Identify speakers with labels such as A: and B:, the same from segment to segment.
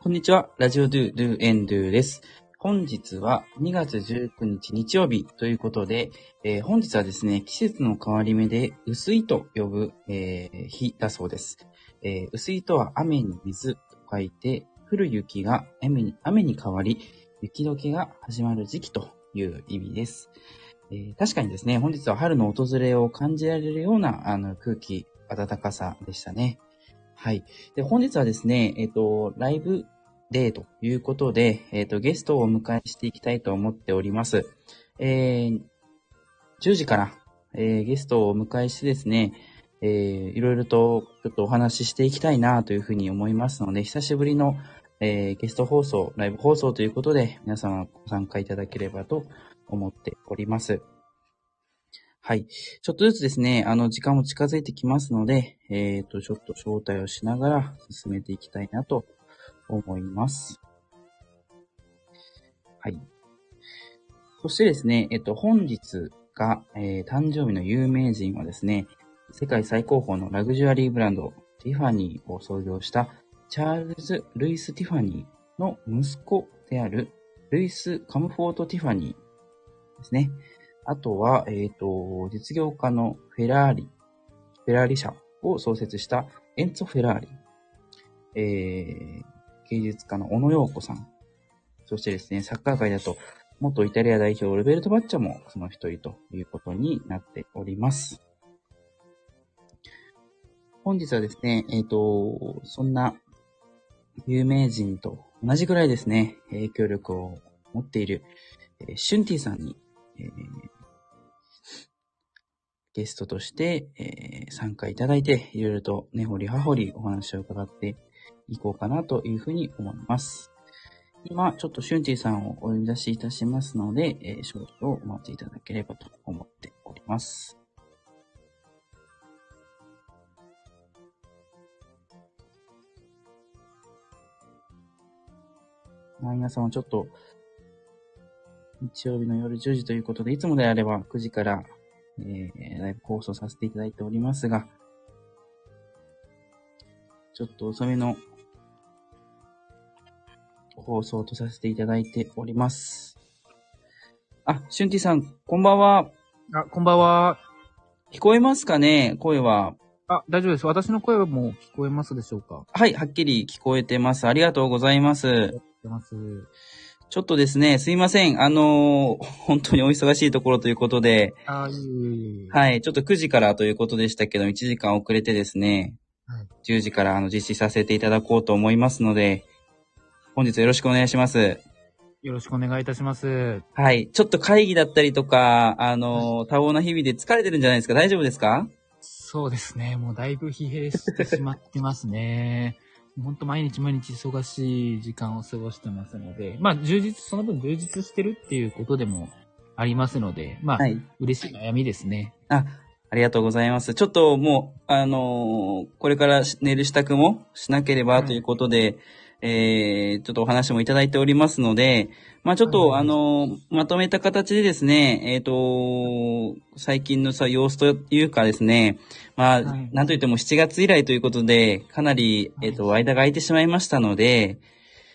A: こんにちは。ラジオドゥ、ドゥエンドゥです。本日は2月19日日曜日ということで、えー本日はですね、季節の変わり目で薄いと呼ぶ、えー日だそうです。えー薄いとは雨に水と書いて、降る雪が雨に雨に変わり、雪解けが始まる時期という意味です。えー確かにですね、本日は春の訪れを感じられるようなあの空気、暖かさでしたね。はい。で、本日はですね、えっ、と、ライブデーということで、えっ、と、ゲストをお迎えしていきたいと思っております。えー、10時から、えーゲストをお迎えしてですね、えー、いろいろとちょっとお話ししていきたいなというふうに思いますので、久しぶりの、えーゲスト放送、ライブ放送ということで、皆様ご参加いただければと思っております。はい。ちょっとずつですね、あの、時間も近づいてきますので、えっ、と、ちょっと招待をしながら進めていきたいなと思います。はい。そしてですね、えっと、本日が、えー誕生日の有名人はですね、世界最高峰のラグジュアリーブランド、ティファニーを創業した、チャールズ・ルイス・ティファニーの息子である、ルイス・カムフォート・ティファニーですね。あとは、えっ、と、実業家のフェラーリ、フェラーリ社を創設したエンツォ・フェラーリ。えー、芸術家の小野洋子さん。そしてですね、サッカー界だと、元イタリア代表ルベルト・バッチャもその一人ということになっております。本日はですね、えっ、と、そんな有名人と同じくらいですね、影響力を持っている、えーシュンティさんに、えーゲストとして、えー参加いただいて、いろいろと根掘り葉掘りお話を伺っていこうかなというふうに思います。今、ちょっとシュンティさんをお呼び出しいたしますので、えー、少々お待ちいただければと思っております。まあ皆さんはちょっと、日曜日の夜10時ということで、いつもであれば9時から、えー、ライブ放送させていただいておりますが、ちょっと遅めの放送とさせていただいております。あ、シュンティさん、こんばんは。
B: あ、こんばんは。
A: 聞こえますかね声は。
B: あ、大丈夫です。私の声も聞こえますでしょうか聞こ
A: はい、はっきり聞こえてます。ありがとうございます。
B: えます。
A: ちょっとですね、すいません。あのー本当にお忙しいところということで、
B: あ、いえいえいえ。
A: はい、ちょっと9時からということでしたけど、1時間遅れてですね、
B: はい
A: 10時からあの実施させていただこうと思いますので、本日よろしくお願いします。
B: よろしくお願いいたします。
A: はい。ちょっと会議だったりとか、あのー、多忙な日々で疲れてるんじゃないですか大丈夫ですか
B: そうですね。もうだいぶ疲弊してしまってますね。 ほんと毎日毎日忙しい時間を過ごしてますので、まあ充実、その分充実してるっていうことでもありますので、まあ、
A: はい。
B: 嬉しい悩みですね。
A: あ、ありがとうございます。ちょっともう、あのーこれから寝る支度もしなければ
B: うん
A: ということで、えー、ちょっとお話もいただいておりますので、まあちょっと、
B: はい
A: あのーまとめた形でですね、えっ、と最近のさ、様子というかですね、まあ、
B: はい
A: なんといっても7月以来ということで、かなり、えっ、と、間が空いてしまいましたので、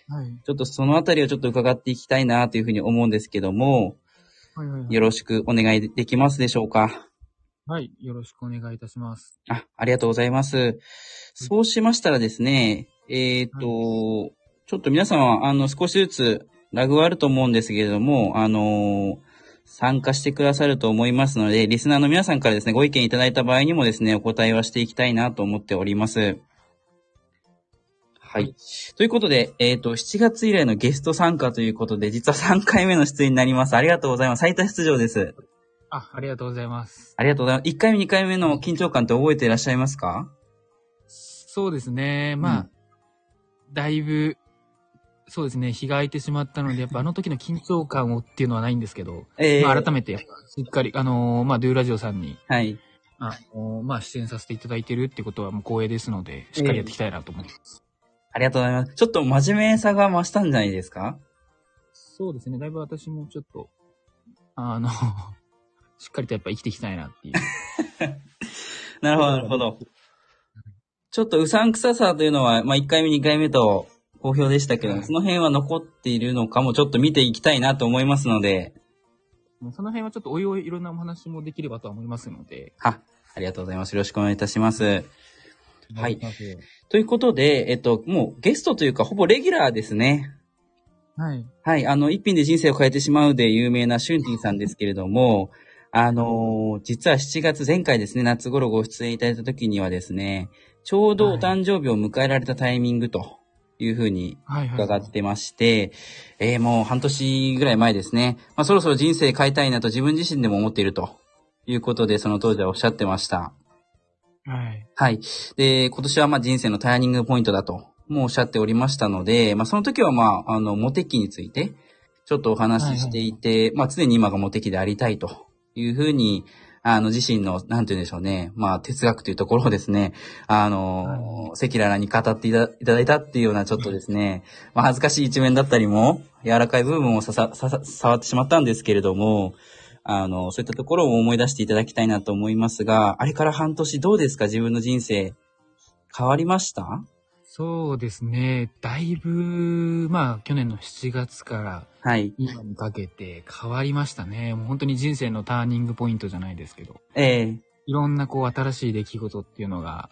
B: はい。
A: ちょっとそのあたりをちょっと伺っていきたいなというふうに思うんですけども、
B: はいはい、
A: よろしくお願いできますでしょうか
B: はい。よろしくお願いいたします。
A: あ、ありがとうございます。そうしましたらですね、えっ、と、ちょっと皆様、あの、少しずつラグはあると思うんですけれども、あのー参加してくださると思いますので、リスナーの皆さんからですね、ご意見いただいた場合にもですね、お答えはしていきたいなと思っております。は
B: はい
A: い。ということで、えっ、と、7月以来のゲスト参加ということで、実は3回目の出演になります。ありがとうございます。最多出場です。
B: あ、ありがとうございます。
A: ありがとうございます。1回目、2回目の緊張感って覚えていらっしゃいますか
B: そうですね。まあ、
A: うん
B: だいぶ、そうですね、日が空いてしまったので、やっぱあの時の緊張感をっていうのはないんですけど、
A: え
B: まあ、改めて、しっかり、あのーまあ、ドゥーラジオさんに、
A: はい。
B: あのーまあ、出演させていただいてるってことはもう光栄ですので、しっかりやっていきたいなと思います。
A: ありがとうございます。ちょっと真面目さが増したんじゃないですか
B: そうですね、だいぶ私もちょっと、あの、 しっかりとやっぱ生きていきたいなっていう。
A: なるほど、なるほど。ちょっとうさんくささというのは、まあ、1回目、2回目と、好評でしたけども、その辺は残っているのかもちょっと見ていきたいなと思いますので、
B: もうその辺はちょっとおいおいいろんなお話もできればとは思いますので。
A: は、ありがとうございます。よろしくお願いいたします。はい
B: お願します
A: ということで、えっと、もうゲストというか、ほぼレギュラーですね。
B: はい。
A: はい、あの、一品で人生を変えてしまうで有名なシュンティンさんですけれども、あのー実は7月、前回ですね、夏頃ご出演いただいた時にはですね、ちょうどお誕生日を迎えられたタイミングというふうに
B: はいはい。
A: 伺ってまして、えーもう半年ぐらい前ですね、まあ、そろそろ人生変えたいなと自分自身でも思っているということで、その当時はおっしゃってました。
B: はい。
A: はい。で、今年はまあ人生のターニングポイントだと、もうおっしゃっておりましたので、まあその時はまあ、あの、モテ期について、ちょっとお話ししていて、まあ常に今がモテ期でありたいというふうに、あの、自身の、なんて言うんでしょうね、まあ哲学というところをですね、あの、赤裸々に語っていたいただいたっていうようなちょっとですね、まあ恥ずかしい一面だったりも、柔らかい部分をささ、ささ、触ってしまったんですけれども、あの、そういったところを思い出していただきたいなと思いますが、あれから半年どうですか自分の人生。変わりました
B: そうですね。だいぶ、まあ、去年の7月から
A: はい。
B: 今にかけて変わりましたね。もう本当に人生のターニングポイントじゃないですけど、
A: ええ
B: いろんなこう新しい出来事っていうのが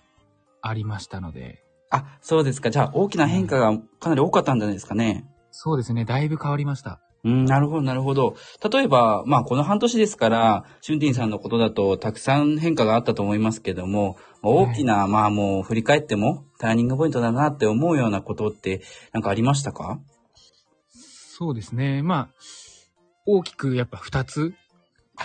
B: ありましたので、
A: あ、そうですか。じゃあ、大きな変化がかなり多かったんじゃないですかね。
B: そうですね。だいぶ変わりました。
A: うん、なるほど、なるほど。例えば、まあ、この半年ですから、シュンティンさんのことだと、たくさん変化があったと思いますけども、まあ大きな、まあ、もう、振り返っても、ターニングポイントだなって思うようなことって、なんかありましたか
B: そうですね。まあ、大きくやっぱ2つ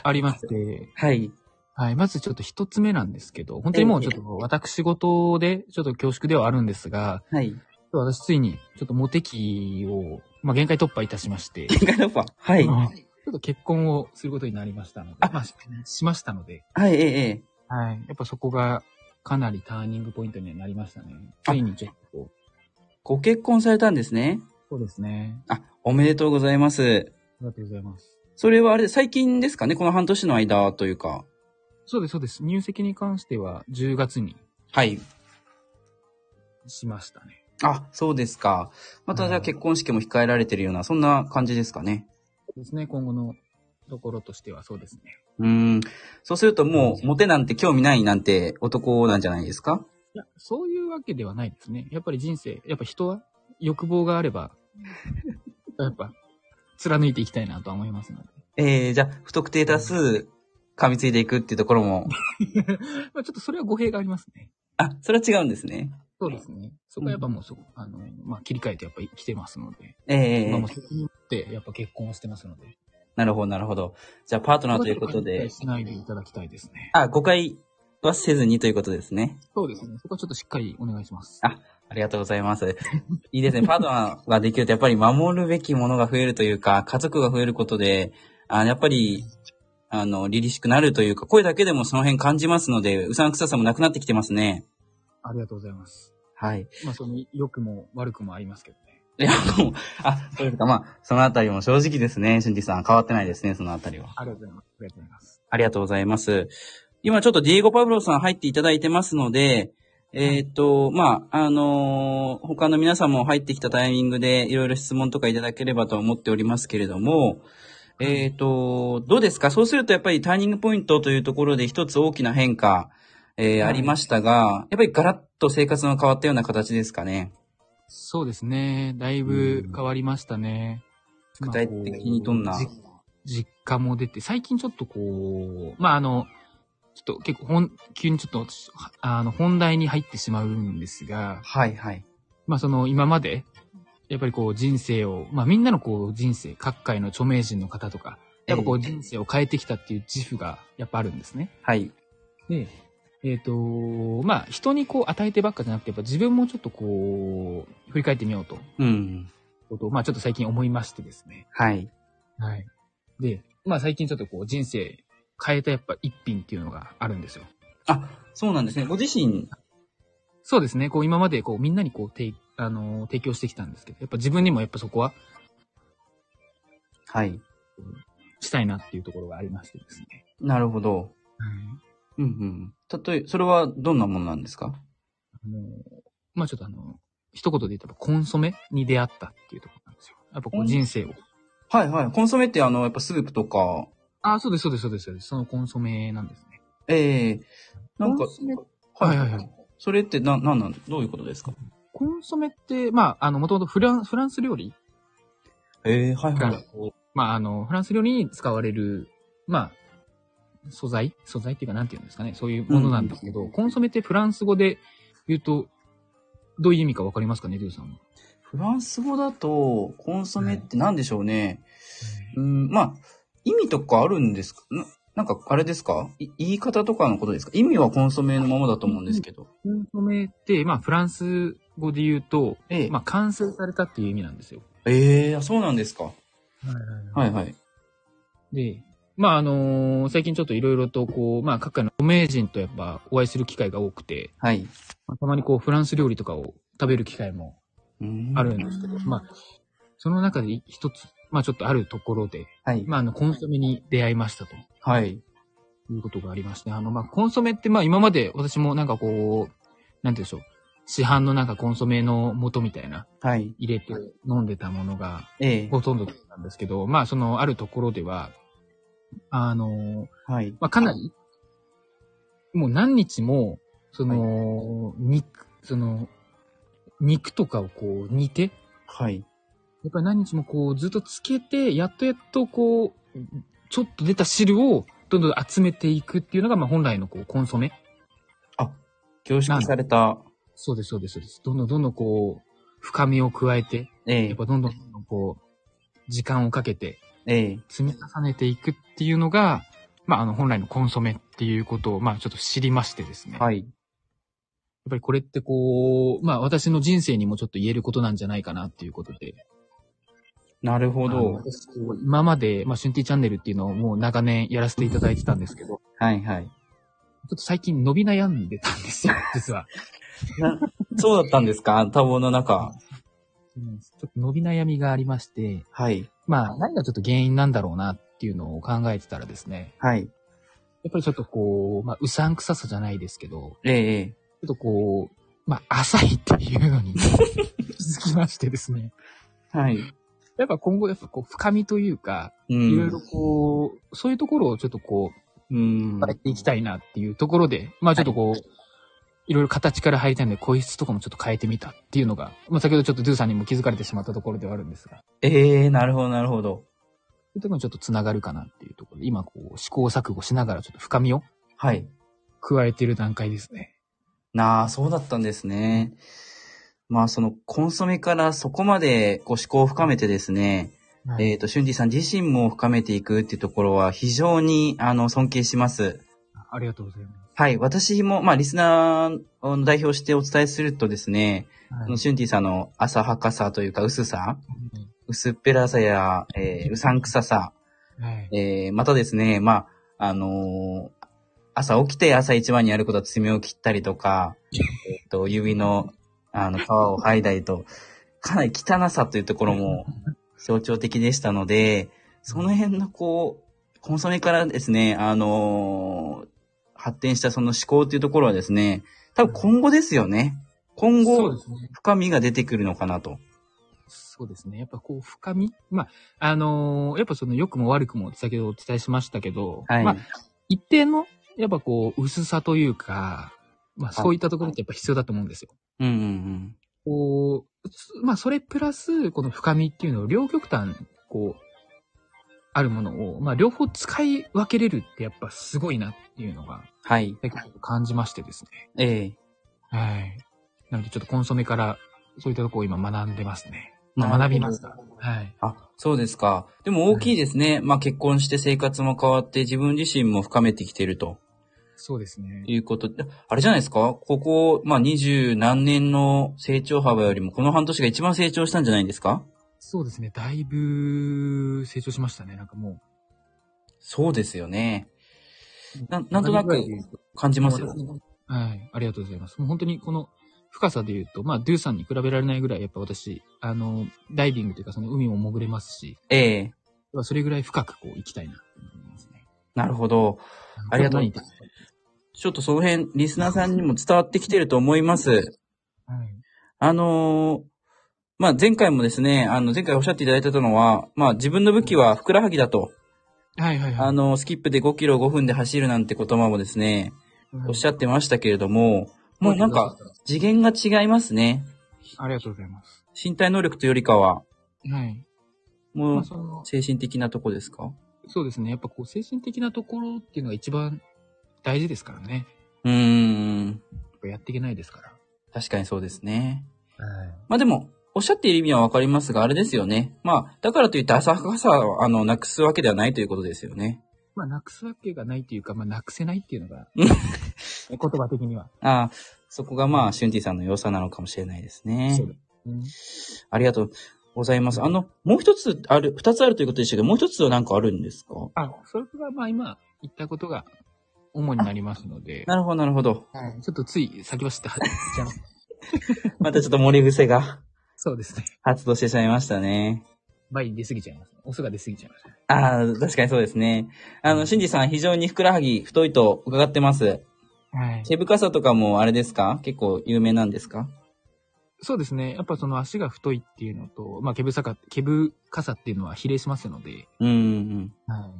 B: ありまして、
A: はい。
B: はい。まずちょっと1つ目なんですけど、本当にもうちょっと私事で、ちょっと恐縮ではあるんですが、
A: はい。
B: 私ついにちょっとモテ期を、まあ、限界突破いたしまして、
A: ガルファ。 はい。
B: うん
A: は
B: ちょっと結婚をすることになりましたので、
A: あ
B: まあ、ししましたので、
A: い、ええええ。
B: はい。やっぱそこがかなりターニングポイントにはなりましたね。
A: あ
B: ついにちょっとこう、
A: ご結婚されたんですね。
B: そうですね。
A: あ、おめでとうございます。
B: ありがとうございます。
A: それはあれ、最近ですかねこの半年の間というか。
B: そうです、そうです。入籍に関しては10月に
A: はい。
B: しましたね。
A: あ、そうですか。またじゃあ
B: うん
A: 結婚式も控えられてるような、そんな感じですかね。
B: そうですね。今後のところとしてはそうですね。
A: うーん。そうするともう、モテなんて興味ないなんて男なんじゃないですか
B: いや、そういうわけではないですね。やっぱり人生、やっぱ人は欲望があ れば、やっぱ貫いていきたいなとは思いますので。
A: えー、じゃあ、不特定多数、噛みついていくっていうところも。
B: まあちょっとそれは語弊がありますね。
A: あ、それは違うんですね。
B: そうですね。そこはやっぱもうそこ、あの、まあ、切り替えてやっぱり来てますので。
A: えーえ
B: まあ
A: ー
B: もう、責任を持ってやっぱ結婚をしてますので。
A: なるほど、なるほど。じゃあ、パートナーということ
B: そこは
A: で
B: ちょっ。しないでいただきたいですね。
A: あ、誤解はせずにということですね。
B: そうですね。そこはちょっとしっかりお願いします。
A: あありがとうございます。 いいですね。パートナーができると、やっぱり守るべきものが増えるというか、家族が増えることで、あやっぱり、あの、凛々しくなるというか、声だけでもその辺感じますので、うさんくささもなくなってきてますね。
B: ありがとうございます。
A: はい。
B: まあ、その、良くも悪くもありますけどね。
A: いや、もう、あ、そうですか。まあ、そのあたりも正直ですね。俊治さん、変わってないですね、そのあたりは。
B: ありがとうございます。ありがとうございます。
A: ありがとうございます。今ちょっとディエゴ・パブロさん入っていただいてますので、えーっと、まあ、あのー他の皆さんも入ってきたタイミングでいろいろ質問とかいただければと思っておりますけれども、えーっと、どうですかそうするとやっぱりターニングポイントというところで一つ大きな変化、えー
B: はい
A: ありましたが、やっぱりガラッと生活が変わったような形ですかね。
B: そうですね。だいぶ変わりましたね。
A: うん
B: まあ
A: 具体的にどんな
B: こうじ実家も出て、最近ちょっとこう、まあ、あの、ちょっと結構本、急にちょっと、はあの、本題に入ってしまうんですが、
A: はいはい。
B: まあ、その、今まで、やっぱりこう人生を、まあ、みんなのこう人生、各界の著名人の方とか、やっぱこう
A: ええ
B: 人生を変えてきたっていう自負がやっぱあるんですね。
A: はい。
B: で、えっ、と、まあ、人にこう与えてばっかじゃなくて、やっぱ自分もちょっとこう、振り返ってみようと、
A: うん。
B: ことを、まあ、ちょっと最近思いましてですね。
A: はい。
B: はい。で、まあ、最近ちょっとこう、人生変えたやっぱ一品っていうのがあるんですよ。
A: あ、そうなんですね。ご自身、
B: そうですね。こう、今までこう、みんなにこう、提あのー提供してきたんですけど、やっぱ自分にもやっぱそこは
A: はい。
B: したいなっていうところがありましてですね。
A: なるほど。
B: うん
A: うんうん。たとえ、それはどんなものなんですか
B: あのーまあ、ちょっとあの一言で言ったらコンソメに出会ったっていうところなんですよ。やっぱこう人生を。
A: はいはい。コンソメってあの、やっぱスープとか、
B: ああ、そうです、そうです、そうです、そうです。そのコンソメなんですね。
A: ええなんか
B: コンソメ、はいはいはい。
A: それってな、なんなん、どういうことですか
B: コンソメって、まあ、あの、もともとフランフランス料理
A: ええはい
B: が
A: はい。
B: こうまあ、あの、フランス料理に使われる、まあ、素材素材っていうか、なんていうんですかね。そういうものなんですけど、
A: うん
B: コンソメってフランス語で言うと、どういう意味かわかりますかね、デューさんは。
A: フランス語だと、コンソメって何でしょうね。うん、まあ、意味とかあるんですかななんか、あれですかい言い方とかのことですか意味はコンソメのままだと思うんですけど。
B: コンソメって、まあ、フランス語で言うと、
A: ええ
B: まあ、完成されたっていう意味なんですよ。
A: ええあそうなんですか。はいはい。
B: で、まあ、あのー最近ちょっといろいろと、こう、まあ、各界の著名人とやっぱお会いする機会が多くて、
A: はい。
B: まあたまにこう、フランス料理とかを食べる機会も
A: うん
B: あるんですけど、まあ、その中で一つ、まあ、ちょっとあるところで、
A: はい。
B: まあ、あの、コンソメに出会いましたと
A: はい。
B: いうことがありまして、あの、まあ、コンソメって、まあ、今まで私もなんかこう、なんて言うんでしょう、市販のなんかコンソメの素みたいな、
A: はい。
B: 入れて飲んでたものが、
A: ええ
B: ほとんどなんですけど、まあ、その、あるところでは、あの、
A: はい。
B: まあ、かなり、もう何日も、その、肉、その、肉とかをこう煮て、や
A: はい。
B: っぱり何日もこうずっとつけて、やっとやっとこう、ちょっと出た汁をどんどん集めていくっていうのが、まあ本来のこうコンソメ。
A: 凝縮された。
B: そうです、そうです、そうです。どんどんどんどんこう、深みを加えて、
A: え
B: や
A: え
B: っぱどんどんどんどんこう、時間をかけて
A: ええ
B: 積み重ねていくっていうのが、まああの本来のコンソメっていうことを、まあちょっと知りましてですね。
A: はい。
B: やっぱりこれってこう、まあ私の人生にもちょっと言えることなんじゃないかなっていうことで。
A: なるほ
B: あの
A: ど。
B: 私こう今まで、まあ、春 T チャンネルっていうのをもう長年やらせていただいてたんですけど、ちょ
A: はい はい。
B: っと最近伸び悩んでたんですよ、 実は。
A: そうだったんですか多忙の中。
B: うんちょっと伸び悩みがありまして、
A: はい。
B: まあ何がちょっと原因なんだろうなっていうのを考えてたらですね、
A: はい。
B: やっぱりちょっとこう、まあうさんくささじゃないですけど、
A: ええええ
B: ちょっとこう、まあ浅いっていうのに 気づきましてですね、
A: はい。
B: やっぱ今後やっぱこう深みというか、
A: うん。
B: いろいろこう、そういうところをちょっとこう、
A: うん。
B: やっていきたいなっていうところで、まあちょっとこう、い、ろいろ形から入りたいので、個室とかもちょっと変えてみたっていうのが、まあ先ほどちょっとドゥさんにも気づかれてしまったところではあるんですが、そう
A: ええなるほどなるほど。
B: いうところにちょっとつながるかなっていうところで、今こう、試行錯誤しながらちょっと深みを
A: はい。
B: 加えている段階ですね。
A: なあ、そうだったんですね。まあそのコンソメからそこまでこう思考を深めてですね、えっ、と、シュンディさん自身も深めていくっていうところは非常にあの尊敬します。
B: ありがとうございます。
A: はい。私も、まあ、リスナーを代表してお伝えするとですね、あのシュンティさんの浅はかさというか、薄さ、薄っぺらさや、えー、うさんくささ、
B: はい。
A: えー、またですね、まあ、あのー朝起きて朝一番にやることは爪を切ったりとか、えっと、指の、あの、皮を剥いだりと、かなり汚さというところも象徴的でしたので、その辺のこう、コンソメからですね、あのー発展したその思考というところはですね、多分今後ですよね。今
B: そう
A: 後、
B: ですね。
A: 深みが出てくるのかなと。
B: そうですね。やっぱこう、深みまあ、あのーやっぱその良くも悪くも先ほどお伝えしましたけど、
A: はい。
B: まあ、一定の、やっぱこう、薄さというか、まあそういったところってやっぱ必要だと思うんですよ。
A: うんうんうん。
B: こう、すまあそれプラス、この深みっていうのを両極端、こう、あるものを、まあ両方使い分けれるってやっぱすごいなっていうのが、
A: はい。
B: 最近ちょっと感じましてですね。
A: ええ
B: はい。なのでちょっとコンソメから、そういったところを今学んでますね。
A: なるほ
B: まあ
A: ど
B: 学びました。はい。
A: あ、そうですか。でも大きいですね。まあ結婚して生活も変わって自分自身も深めてきてると
B: そうですね。
A: いうことで。あれじゃないですかここ、まあ二十何年の成長幅よりもこの半年が一番成長したんじゃないですか
B: そうですね。だいぶ成長しましたね。なんかも
A: そうですよね。
B: う。
A: ななんとなく感じますよ。
B: はい。ありがとうございます。もう本当にこの深さで言うと、まあ、ドゥさんに比べられないぐらい、やっぱ私、あの、ダイビングというか、その海も潜れますし、
A: ええ
B: まあそれぐらい深くこう行きたいなって思いますね。。
A: なるほど。ありがとうございますちょっとその辺、リスナーさんにも伝わってきてると思います。
B: はい。
A: あのーまあ、前回もですね、あの、前回おっしゃっていただいてたのは、まあ、自分の武器はふくらはぎだと、
B: はいはいはい。
A: あの、スキップで5キロ5分で走るなんて言葉もですね、おっしゃってましたけれども、もうなんか、、次元が違いますね。
B: ありがとうございます。
A: 身体能力というよりかは、
B: はい。
A: も
B: ま
A: う
B: あ、その、
A: 精神的なとこですか
B: そうですね。やっぱこう、精神的なところっていうのが一番大事ですからね。
A: うーん、
B: やっぱやっていけないですか
A: 確かにそうですね。
B: ら。はい。
A: まあでも、おっしゃっている意味はわかりますが、あれですよね。まあ、だからといって浅はかさを、あの、なくすわけではないということですよね。
B: まあ、なくすわけがないというか、まあ、なくせないっていう のが、言葉的には。
A: ああ、そこがまあ、シュンティさんの良さなのかもしれないですね。
B: そうですね。
A: ありがとうございます。あの、もう一つある、二つあるということでしたけど、もう一つは何かあるんですか
B: あ、それが、まあ、今言ったことが主になりますので、
A: なるほど、なるほど。
B: はい、ちょっとつい先走った。じゃん
A: またちょっと盛り癖が
B: そうですね。
A: 発動してしまいましたね。
B: 倍出過ぎちゃいます。オスが出過ぎちゃいました。
A: ああ、確かにそうですね。あの、シンジさん、非常にふくらはぎ太いと伺ってます。
B: はい。
A: 毛深さとかもあれですか結構有名なんですか
B: そうですね。やっぱその足が太いっていうのと、まあ、毛深か、毛深さっていうのは比例しますので、
A: うんうんうん。
B: はい。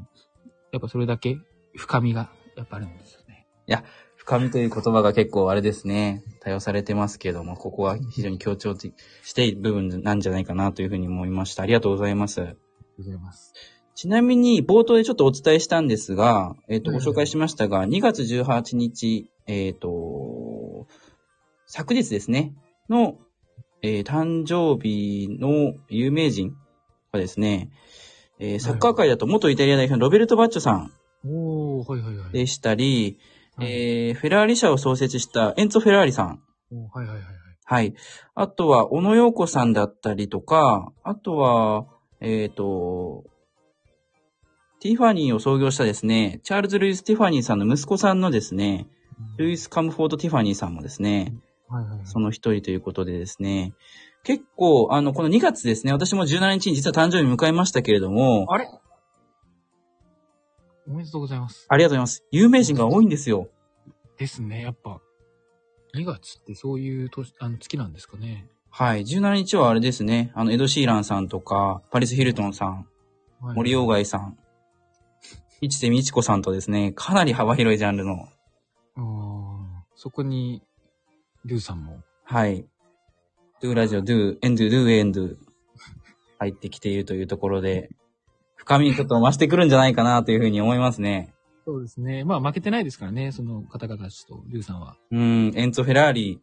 B: やっぱそれだけ深みが、やっぱあるんですよね。
A: 深みという言葉が結構あれですね、多用されてますけども、ここは非常に強調している部分なんじゃないかなというふうに思いました。ありがとうございます。
B: ありがとうございます。
A: ちなみに、冒頭でちょっとお伝えしたんですが、えっ、と、
B: うん
A: ご紹介しましたが、2月18日、えっ、と、昨日ですね、の、えー誕生日の有名人がですね、えーサッカー界だと元イタリア代表のロベルト・バッチョさん
B: おー、はいはいはい。
A: でしたり、
B: はい
A: えーフェラーリ社を創設したエンツォ・フェラーリさん
B: おーはいはいはいはい。
A: はい。あとは、小野洋子さんだったりとか、あとは、えっ、と、ティファニーを創業したですね、チャールズ・ルイス・ティファニーさんの息子さんのですね、ルイス・カムフォード・ティファニーさんもですね、
B: はいはいはい。
A: その一人ということでですね、結構、あの、この2月ですね、私も17日に実は誕生日迎えましたけれども、
B: あれおめでとうございます。
A: ありがとうございます。有名人が多いんですよ。
B: ですね、やっぱ。2月ってそういう年、あの月なんですかね。
A: はい。17日はあれですね、あの、エド・シーランさんとか、パリス・ヒルトンさん、
B: はい
A: 森鴎外さん、一瀬美智子さんとですね、かなり幅広いジャンルの、
B: あーそこに、ルーさんも。
A: はい、Do ラジオ、Do、End、Do、End 入ってきているというところで、深みにちょっと増してくるんじゃないかなというふうに思いますね。
B: そうですね。まあ負けてないですからね、その方々たちと、ルーさんは。
A: うん、エンツォ・フェラーリ、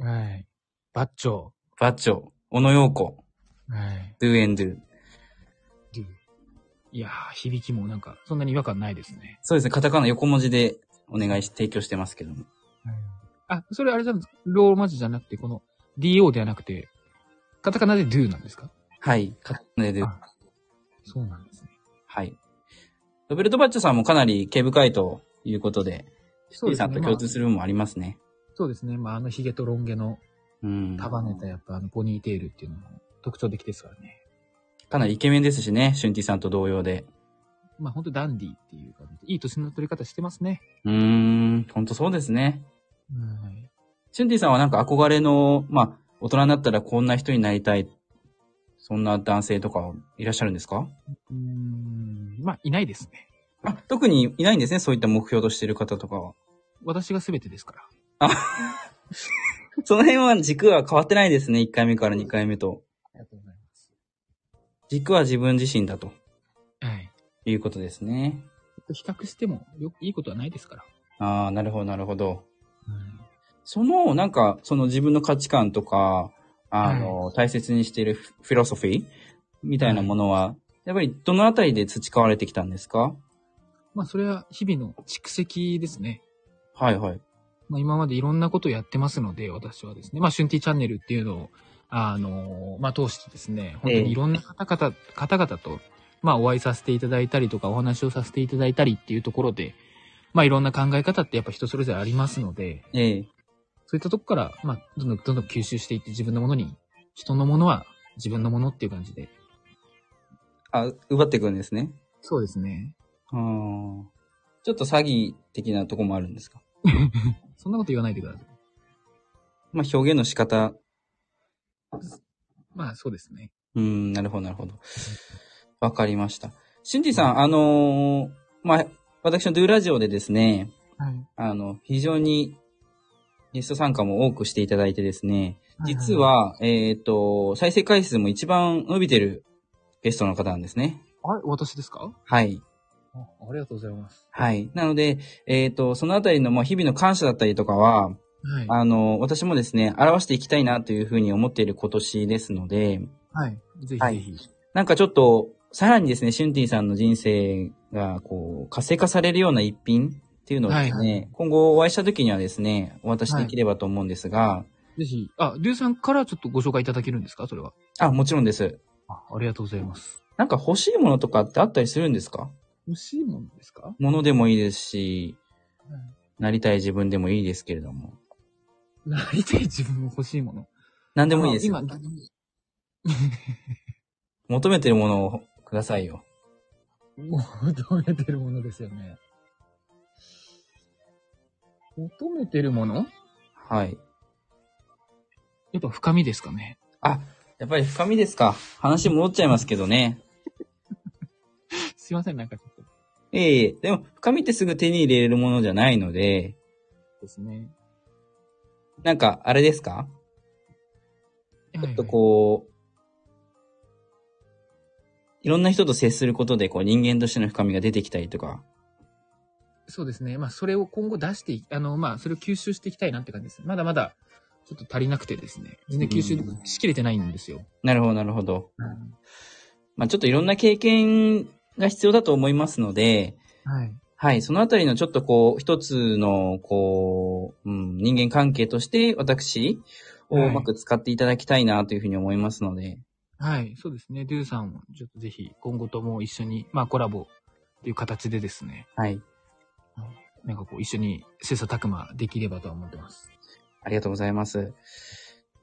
B: はい。バッチョ。
A: バッチョ、小野洋子、
B: はい。
A: Do、End。
B: ルー。いやー、響きもなんか、そんなに違和感ないですね。
A: そうですね、カタカナ横文字でお願いし、提供してますけども。
B: あ、それあれじゃん、ローマ字じゃなくて、この DO ではなくて、カタカナで do なんですか
A: はい、カタカナで Do
B: あそうなんですね。
A: はい。ロベルト・バッチョさんもかなり毛深いということで、
B: そ
A: T さんと共通する部分もありますね。
B: そうですね。まあ、あのヒゲとロン毛の
A: うん。
B: 束ねたやっぱあのポニーテールっていうのも特徴的ですからね。
A: かなりイケメンですしね、シュンティさんと同様で。
B: まあ、ほんとダンディっていうか、いい年の取り方してますね。
A: うーん、ほんとそうですね。
B: はい。
A: シュンティさんはなんか憧れの、まあ、大人になったらこんな人になりたい、そんな男性とかいらっしゃるんですか
B: うーん、まあ、いないですね。
A: あ、特にいないんですね、そういった目標としてる方とかは。
B: 私が全てですから。
A: その辺は軸は変わってないですね、1回目から2回目と。
B: ありがとうございます。
A: 軸は自分自身だと
B: はい。
A: いうことですね。
B: 比較してもよいいことはないですから。
A: ああ、なるほど、なるほど。その、なんか、その自分の価値観とか、あの、大切にしているフフィロソフィーみたいなものは、やっぱりどのあたりで培われてきたんですか
B: まあ、それは日々の蓄積ですね。
A: はいはい。
B: まあ、今までいろんなことをやってますので、私はですね、まあ、シュンティチャンネルっていうのを、あの、まあ、通してですね、本当にいろんな方々、方々と、まあ、お会いさせていただいたりとか、お話をさせていただいたりっていうところで、まあ、いろんな考え方ってやっぱ人それぞれありますので、
A: ええ
B: そういったとこから、まあ、どんどんどんどん吸収していって自分のものに、人のものは自分のものっていう感じで。
A: あ、奪っていくんですね。
B: そうですね。
A: あーちょっと詐欺的なとこもあるんですか
B: そんなこと言わないでください。
A: まあ、表現の仕方
B: まあ、そうですね。
A: うーん、なるほど、なるほど。わかりました。しんじさん、あのーまあ、私のドゥラジオでですね、
B: はい。
A: あの、非常にゲスト参加も多くしていただいてですね、実、は、えっ、と、再生回数も一番伸びてるゲストの方なんですね。
B: あれ、私ですか
A: はい。
B: あありがとうございます。
A: はい。なので、えっ、と、そのあたりの、まあ、日々の感謝だったりとかは、
B: はい。
A: あの、私もですね、表していきたいなというふうに思っている今年ですので、
B: はい。ぜひ
A: は
B: ぜ
A: い
B: ひ。
A: なんかちょっと、さらにですね、シュンティさんの人生が、こう、活性化されるような一品っていうのをですね、
B: はいは
A: 今後お会いした時にはですね、お渡しできればと思うんですが、
B: ぜひ、あ、リュウさんからちょっとご紹介いただけるんですかそれは。
A: あ、もちろんです。
B: あありがとうございます。
A: なんか欲しいものとかってあったりするんですか
B: 欲しいものですか
A: ものでもいいですし、なりたい自分でもいいですけれども。
B: なりたい自分も欲しいもの。
A: 何で
B: で
A: もいいですよ。
B: 今、
A: 求めてるものをくださいよ。
B: 求めてるものですよね。求めてるもの
A: はい。
B: やっぱ深みですかね。
A: あ、やっぱり深みですか。話戻っちゃいますけどね。
B: すいません、なんかちょっと
A: ええでも深みってすぐ手に入れれるものじゃないので、
B: ですね。
A: なんか、あれですか
B: ちょ
A: ちょっとこう、いろんな人と接することで、こう人間としての深みが出てきたりとか。
B: そうですね。まあ、それを今後出してい、あの、まあ、それを吸収していきたいなって感じです。まだまだ、ちょっと足りなくてですね。全然吸収しきれてないんですよ。
A: なるほど、なるほど。まあちょっといろんな経験が必要だと思いますので、
B: はい。
A: はい、そのあたりのちょっとこう、一つの、こう、うん、人間関係として、私を
B: はいう
A: まく使っていただきたいなというふうに思いますので、
B: はい。そうですね。デューさんも、ちょっとぜひ、今後とも一緒に、まあ、コラボっていう形でですね。
A: はい、
B: なんかこう、一緒に切磋琢磨できればとは思ってます。
A: ありがとうございます。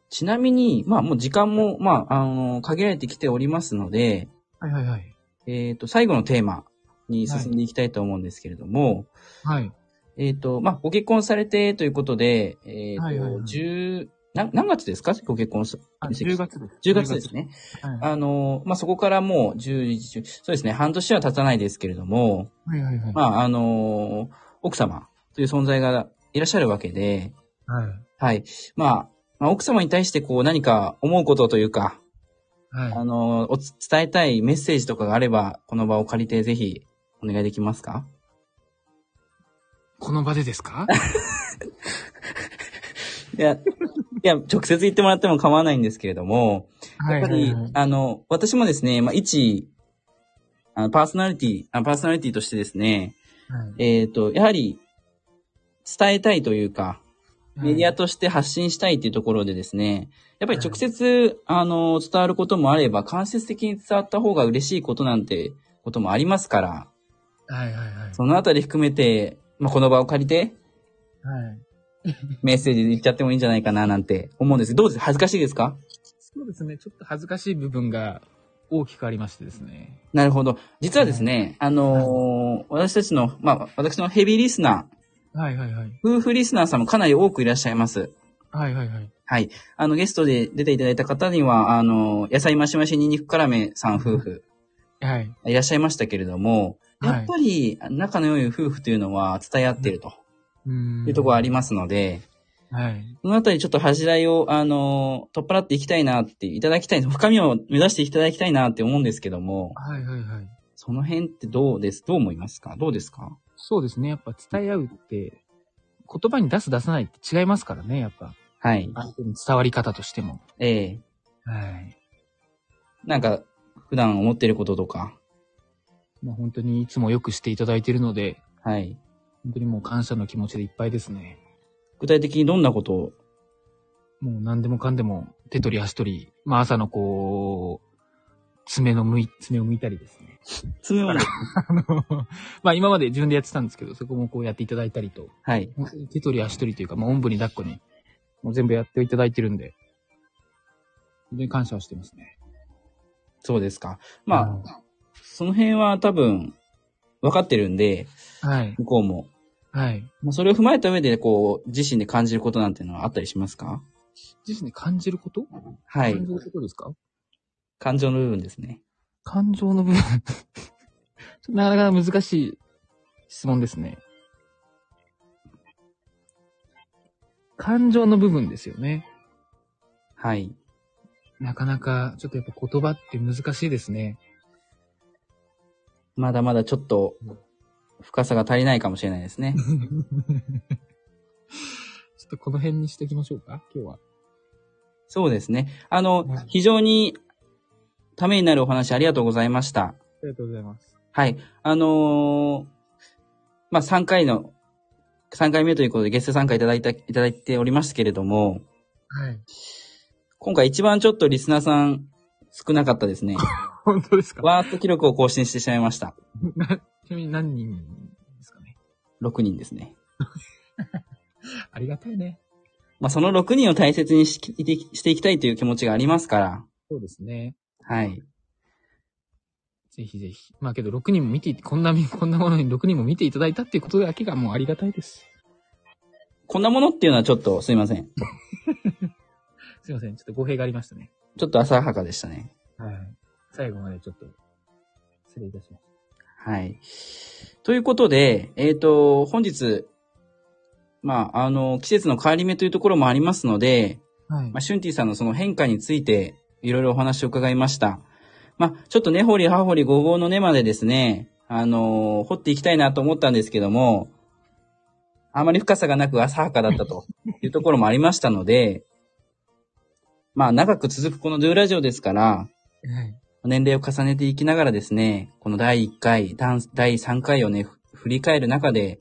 A: ちなみに、まあもう時間も、まあ、あの、限られてきておりますので、
B: はいはいはい。
A: えっ、と、最後のテーマに進んでいきたいと思うんですけれども、
B: はい。
A: えっ、と、まあ、ご結婚されてということで、えっ、と、
B: はいはいはい
A: 10な何月ですかご結婚す
B: あ
A: 10
B: 10月です。
A: 10月ですね。
B: はい。
A: あの、まあ、そこからもう10、10そうですね、半年は経たないですけれども、
B: はいはいはい。
A: まあ、あの、奥様という存在がいらっしゃるわけで、
B: はい。
A: はい。まあ、まあ、奥様に対してこう何か思うことというか、あ
B: はい。
A: の、おつ伝えたいメッセージとかがあれば、この場を借りてぜひお願いできますか
B: この場でです か
A: いや、いや、直接言ってもらっても構わないんですけれども、
B: は
A: や
B: い
A: っぱ
B: は
A: り、
B: いはい。
A: あの、私もですね、まあ、一、あの、パーソナリティ、あパーソナリティとしてですね、えっ、と、やはり、伝えたいというか、メディアとして発信したいっていうところでですね、やっぱり直接、あの、伝わることもあれば、間接的に伝わった方が嬉しいことなんてこともありますから、
B: はいはいはい。
A: そのあたり含めて、まあ、この場を借りて、
B: はい。
A: メッセージ言っちゃってもいいんじゃないかななんて思うんですけど、どうです恥ずかしいですか
B: そうですね。ちょっと恥ずかしい部分が大きくありましてですね。
A: なるほど。実はですね、あのー私たちの、まあ、私のヘビーリスナ
B: はいはいはい。
A: ー、夫婦リスナーさんもかなり多くいらっしゃいます。
B: はいはいはい。
A: はい。あの、ゲストで出ていただいた方には、あのー野菜マシマシにんにくからめさん夫婦、
B: はい。
A: いらっしゃいましたけれども、
B: はい
A: やっぱり、仲の良い夫婦というのは伝え合っていると
B: うーん。
A: いうところはあ
B: り
A: りますので、
B: はい。
A: そのあたりちょっと恥じらいを、あのー取っ払っていきたいなって、いただきたい、深みを目指していただきたいなって思うんですけども、
B: はいはいはい。
A: その辺ってどうですどう思いますかどうですか
B: そうですね。やっぱ伝え合うって、言葉に出す出さないって違いますからね、やっぱ。
A: はい。
B: 相手の伝わり方としても。
A: ええ
B: はい。
A: なんか、普段思ってることとか。
B: まあ本当にいつもよくしていただいているので、
A: はい。
B: 本当にもう感謝の気持ちでいっぱいですね。
A: 具体的にどんなことを
B: もう何でもかんでも手取り足取り、まあ朝のこう、爪のむい、爪をむいたりですね。
A: 詰めまで。
B: あの、まあ今まで自分でやってたんですけど、そこもこうやっていただいたりと、
A: はい。
B: 本当に手取り足取りというか、まあおんぶに抱っこに、もう全部やっていただいてるんで、本当に感謝をしてますね。
A: そうですか。まあ、その辺は多分、分かってるんで、
B: あ、はい、
A: 向こうも。
B: はい。
A: まあそれを踏まえた上で、こう、自身で感じることなんていうのはあったりしますか
B: 自身で感じること
A: はい
B: 感。じることですか
A: 感情の部分ですね。
B: 感情の部分。 なかなか難しい質問ですね。感情の部分ですよね。
A: はい。
B: なかなか、ちょっとやっぱ言葉って難しいですね。
A: まだまだちょっと深さが足りないかもしれないですね。
B: ちょっとこの辺にしておきましょうか、今日は。
A: そうですね。あの
B: はい、
A: 非常にためになるお話ありがとうございました。
B: ありがとうございます。
A: はい。あのーまあ、3回の、3回目ということでゲスト参加いただいた、いただいておりますけれども、
B: はい。
A: 今回一番ちょっとリスナーさん少なかったですね。
B: 本当ですか
A: ワースト記録を更新してしまいました。
B: なちなみに何人ですかね。
A: 6人ですね。
B: ありがたいね。
A: まあ、その6人を大切にししていきたいという気持ちがありますから。
B: そうですね。
A: はい。
B: ぜひぜひ。まあけど6人も見てい、こんなみ、 こんなものに6人も見ていただいたっていうことだけがもうありがたいです。
A: こんなものっていうのはちょっとすいません。
B: すいません。ちょっと語弊がありましたね。
A: ちょっと浅はかでしたね。
B: はい。最後までちょっと、失礼いたしまし
A: はい。ということで、えっ、と、本日、まあ、あの、季節の変わり目というところもありますので、
B: た。はい
A: まあ、。シュンティさんのその変化について、いろいろお話を伺いました。まあ、ちょっと根掘り葉掘りごぼうの根までですね、あのー掘っていきたいなと思ったんですけども、あまり深さがなく浅はかだったというところもありましたので、まあ、長く続くこのドゥラジオですから、
B: はい。
A: 年齢を重ねていきながらですね、この第1回、第第3回をね、ふ振り返る中で、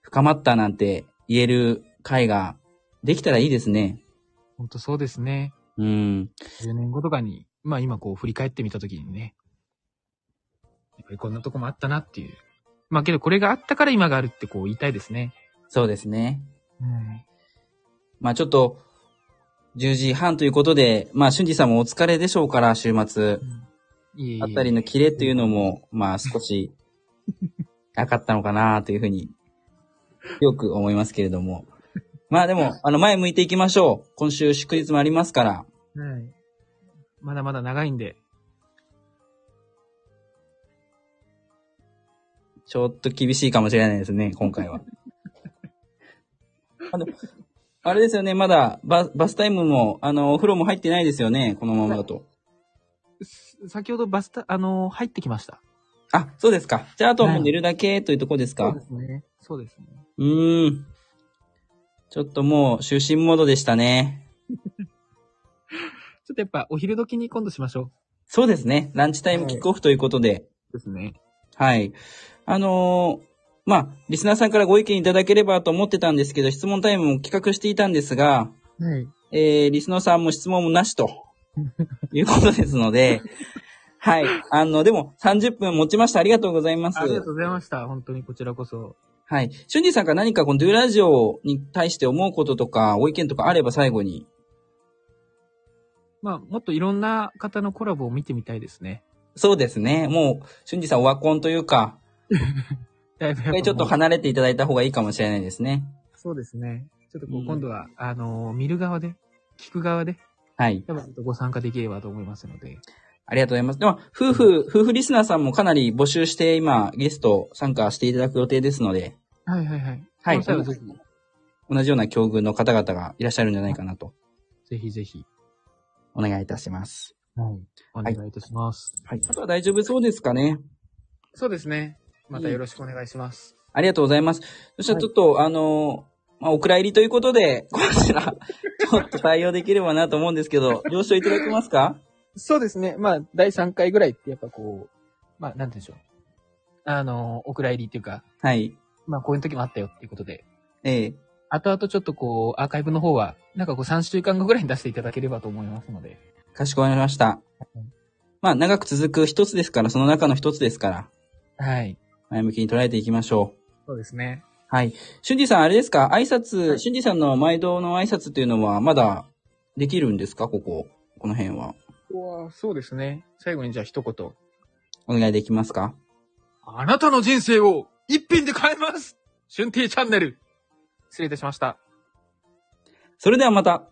A: 深まったなんて言える回ができたらいいですね。
B: ほんとそうですね。
A: うん。
B: 10年後とかに、まあ今こう振り返ってみたときにね、やっぱりこんなとこもあったなっていう。まあけどこれがあったから今があるってこう言いたいですね。
A: そうですね。
B: うん。
A: まあちょっと、10時半ということで、まあ、俊二さんもお疲れでしょうから、週末。
B: いえいえ。
A: あたりのキレというのも、まあ少し、なかったのかなというふうに、よく思いますけれども。まあでも、あの、前向いていきましょう。今週祝日もありますから。
B: はい。まだまだ長いんで。
A: ちょっと厳しいかもしれないですね、今回は。あのあれですよね、まだババスタイムも、あの、お風呂も入ってないですよね、このままだと。
B: す先ほどバスタ、あのー入ってきました。
A: あ、そうですか。じゃあ、あとはも
B: は
A: う
B: い
A: 寝るだけというとこですか。
B: すね。そうですね。
A: うーん。ちょっともう、就寝モードでしたね。
B: ちょっとやっぱお昼時に今度しましょ
A: そうですね、ランチタイムキックオフということで、
B: う。ですね。
A: はい。あのーまあ、リスナーさんからご意見いただければと思ってたんですけど、質問タイムも企画していたんですが、
B: はい。
A: えー、リスノーさんも質問もなしということですの で、はい。あの、でも30分持ちました。ありがとうございます
B: あ。りがとうございました。本当にこちらこそ。
A: はい。シュンディさんから何かこのドゥラジオに対して思うこととか、ご意見とかあれば最後に。
B: まあ、もっといろんな方のコラボを見てみたいですね。
A: そうですね。もう、シュンディさんオワコンというか、
B: だい
A: 一
B: ぶやっぱ
A: 回ちょっと
B: もう
A: 離れていただいた方がいいかもしれないですね。
B: そうですね。ちょっと
A: う
B: こ
A: ん
B: う、今度は、あのー見る側で、聞く側で、
A: はい。
B: やっぱちょっとご参加できればと思いますので。
A: ありがとうございます。でも、夫婦、夫婦リスナーさんもかなり募集して、今、ゲスト参加していただく予定ですので、
B: はいはいはい。
A: はい
B: この際はぜ
A: 同じような境遇の方々がいらっしゃるんじゃないかなと、
B: ひ、ぜひぜひ、
A: お願いいたします。
B: はい。お願いいたします。
A: はい。あとは大丈夫そうですかね。
B: そうですね。またよろしくお願いします。
A: ありがとうございます。そしたら
B: はい
A: ちょっと、あのーまあ、お蔵入りということで、 こちら、ちょっと対応できればなと思うんですけど、了承いただけますか
B: そうですね。まあ、第3回ぐらいってやっぱこう、まあ、なんて言うんでしょう。あの、お蔵入りっていうか、
A: はい。
B: まあ、こういう時もあったよっていうことで、
A: ええ
B: 後々ちょっとこう、アーカイブの方は、なんかこう3週間後ぐらいに出していただければと思いますので。
A: かしこまりました。まあ、長く続く一つですから、その中の一つですから、
B: はい。
A: 前向きに捉えていきましょう。
B: そうですね。
A: はい。俊二さん、あれですか挨拶、
B: はい
A: 俊二さんの毎度の挨拶っていうのは、まだできるんですかここ、この辺は。
B: そうですね。最後にじゃあ一言。
A: お願いできますか
B: あなたの人生を一品で変えます春亭チャンネル失礼いたしました。
A: それではまた。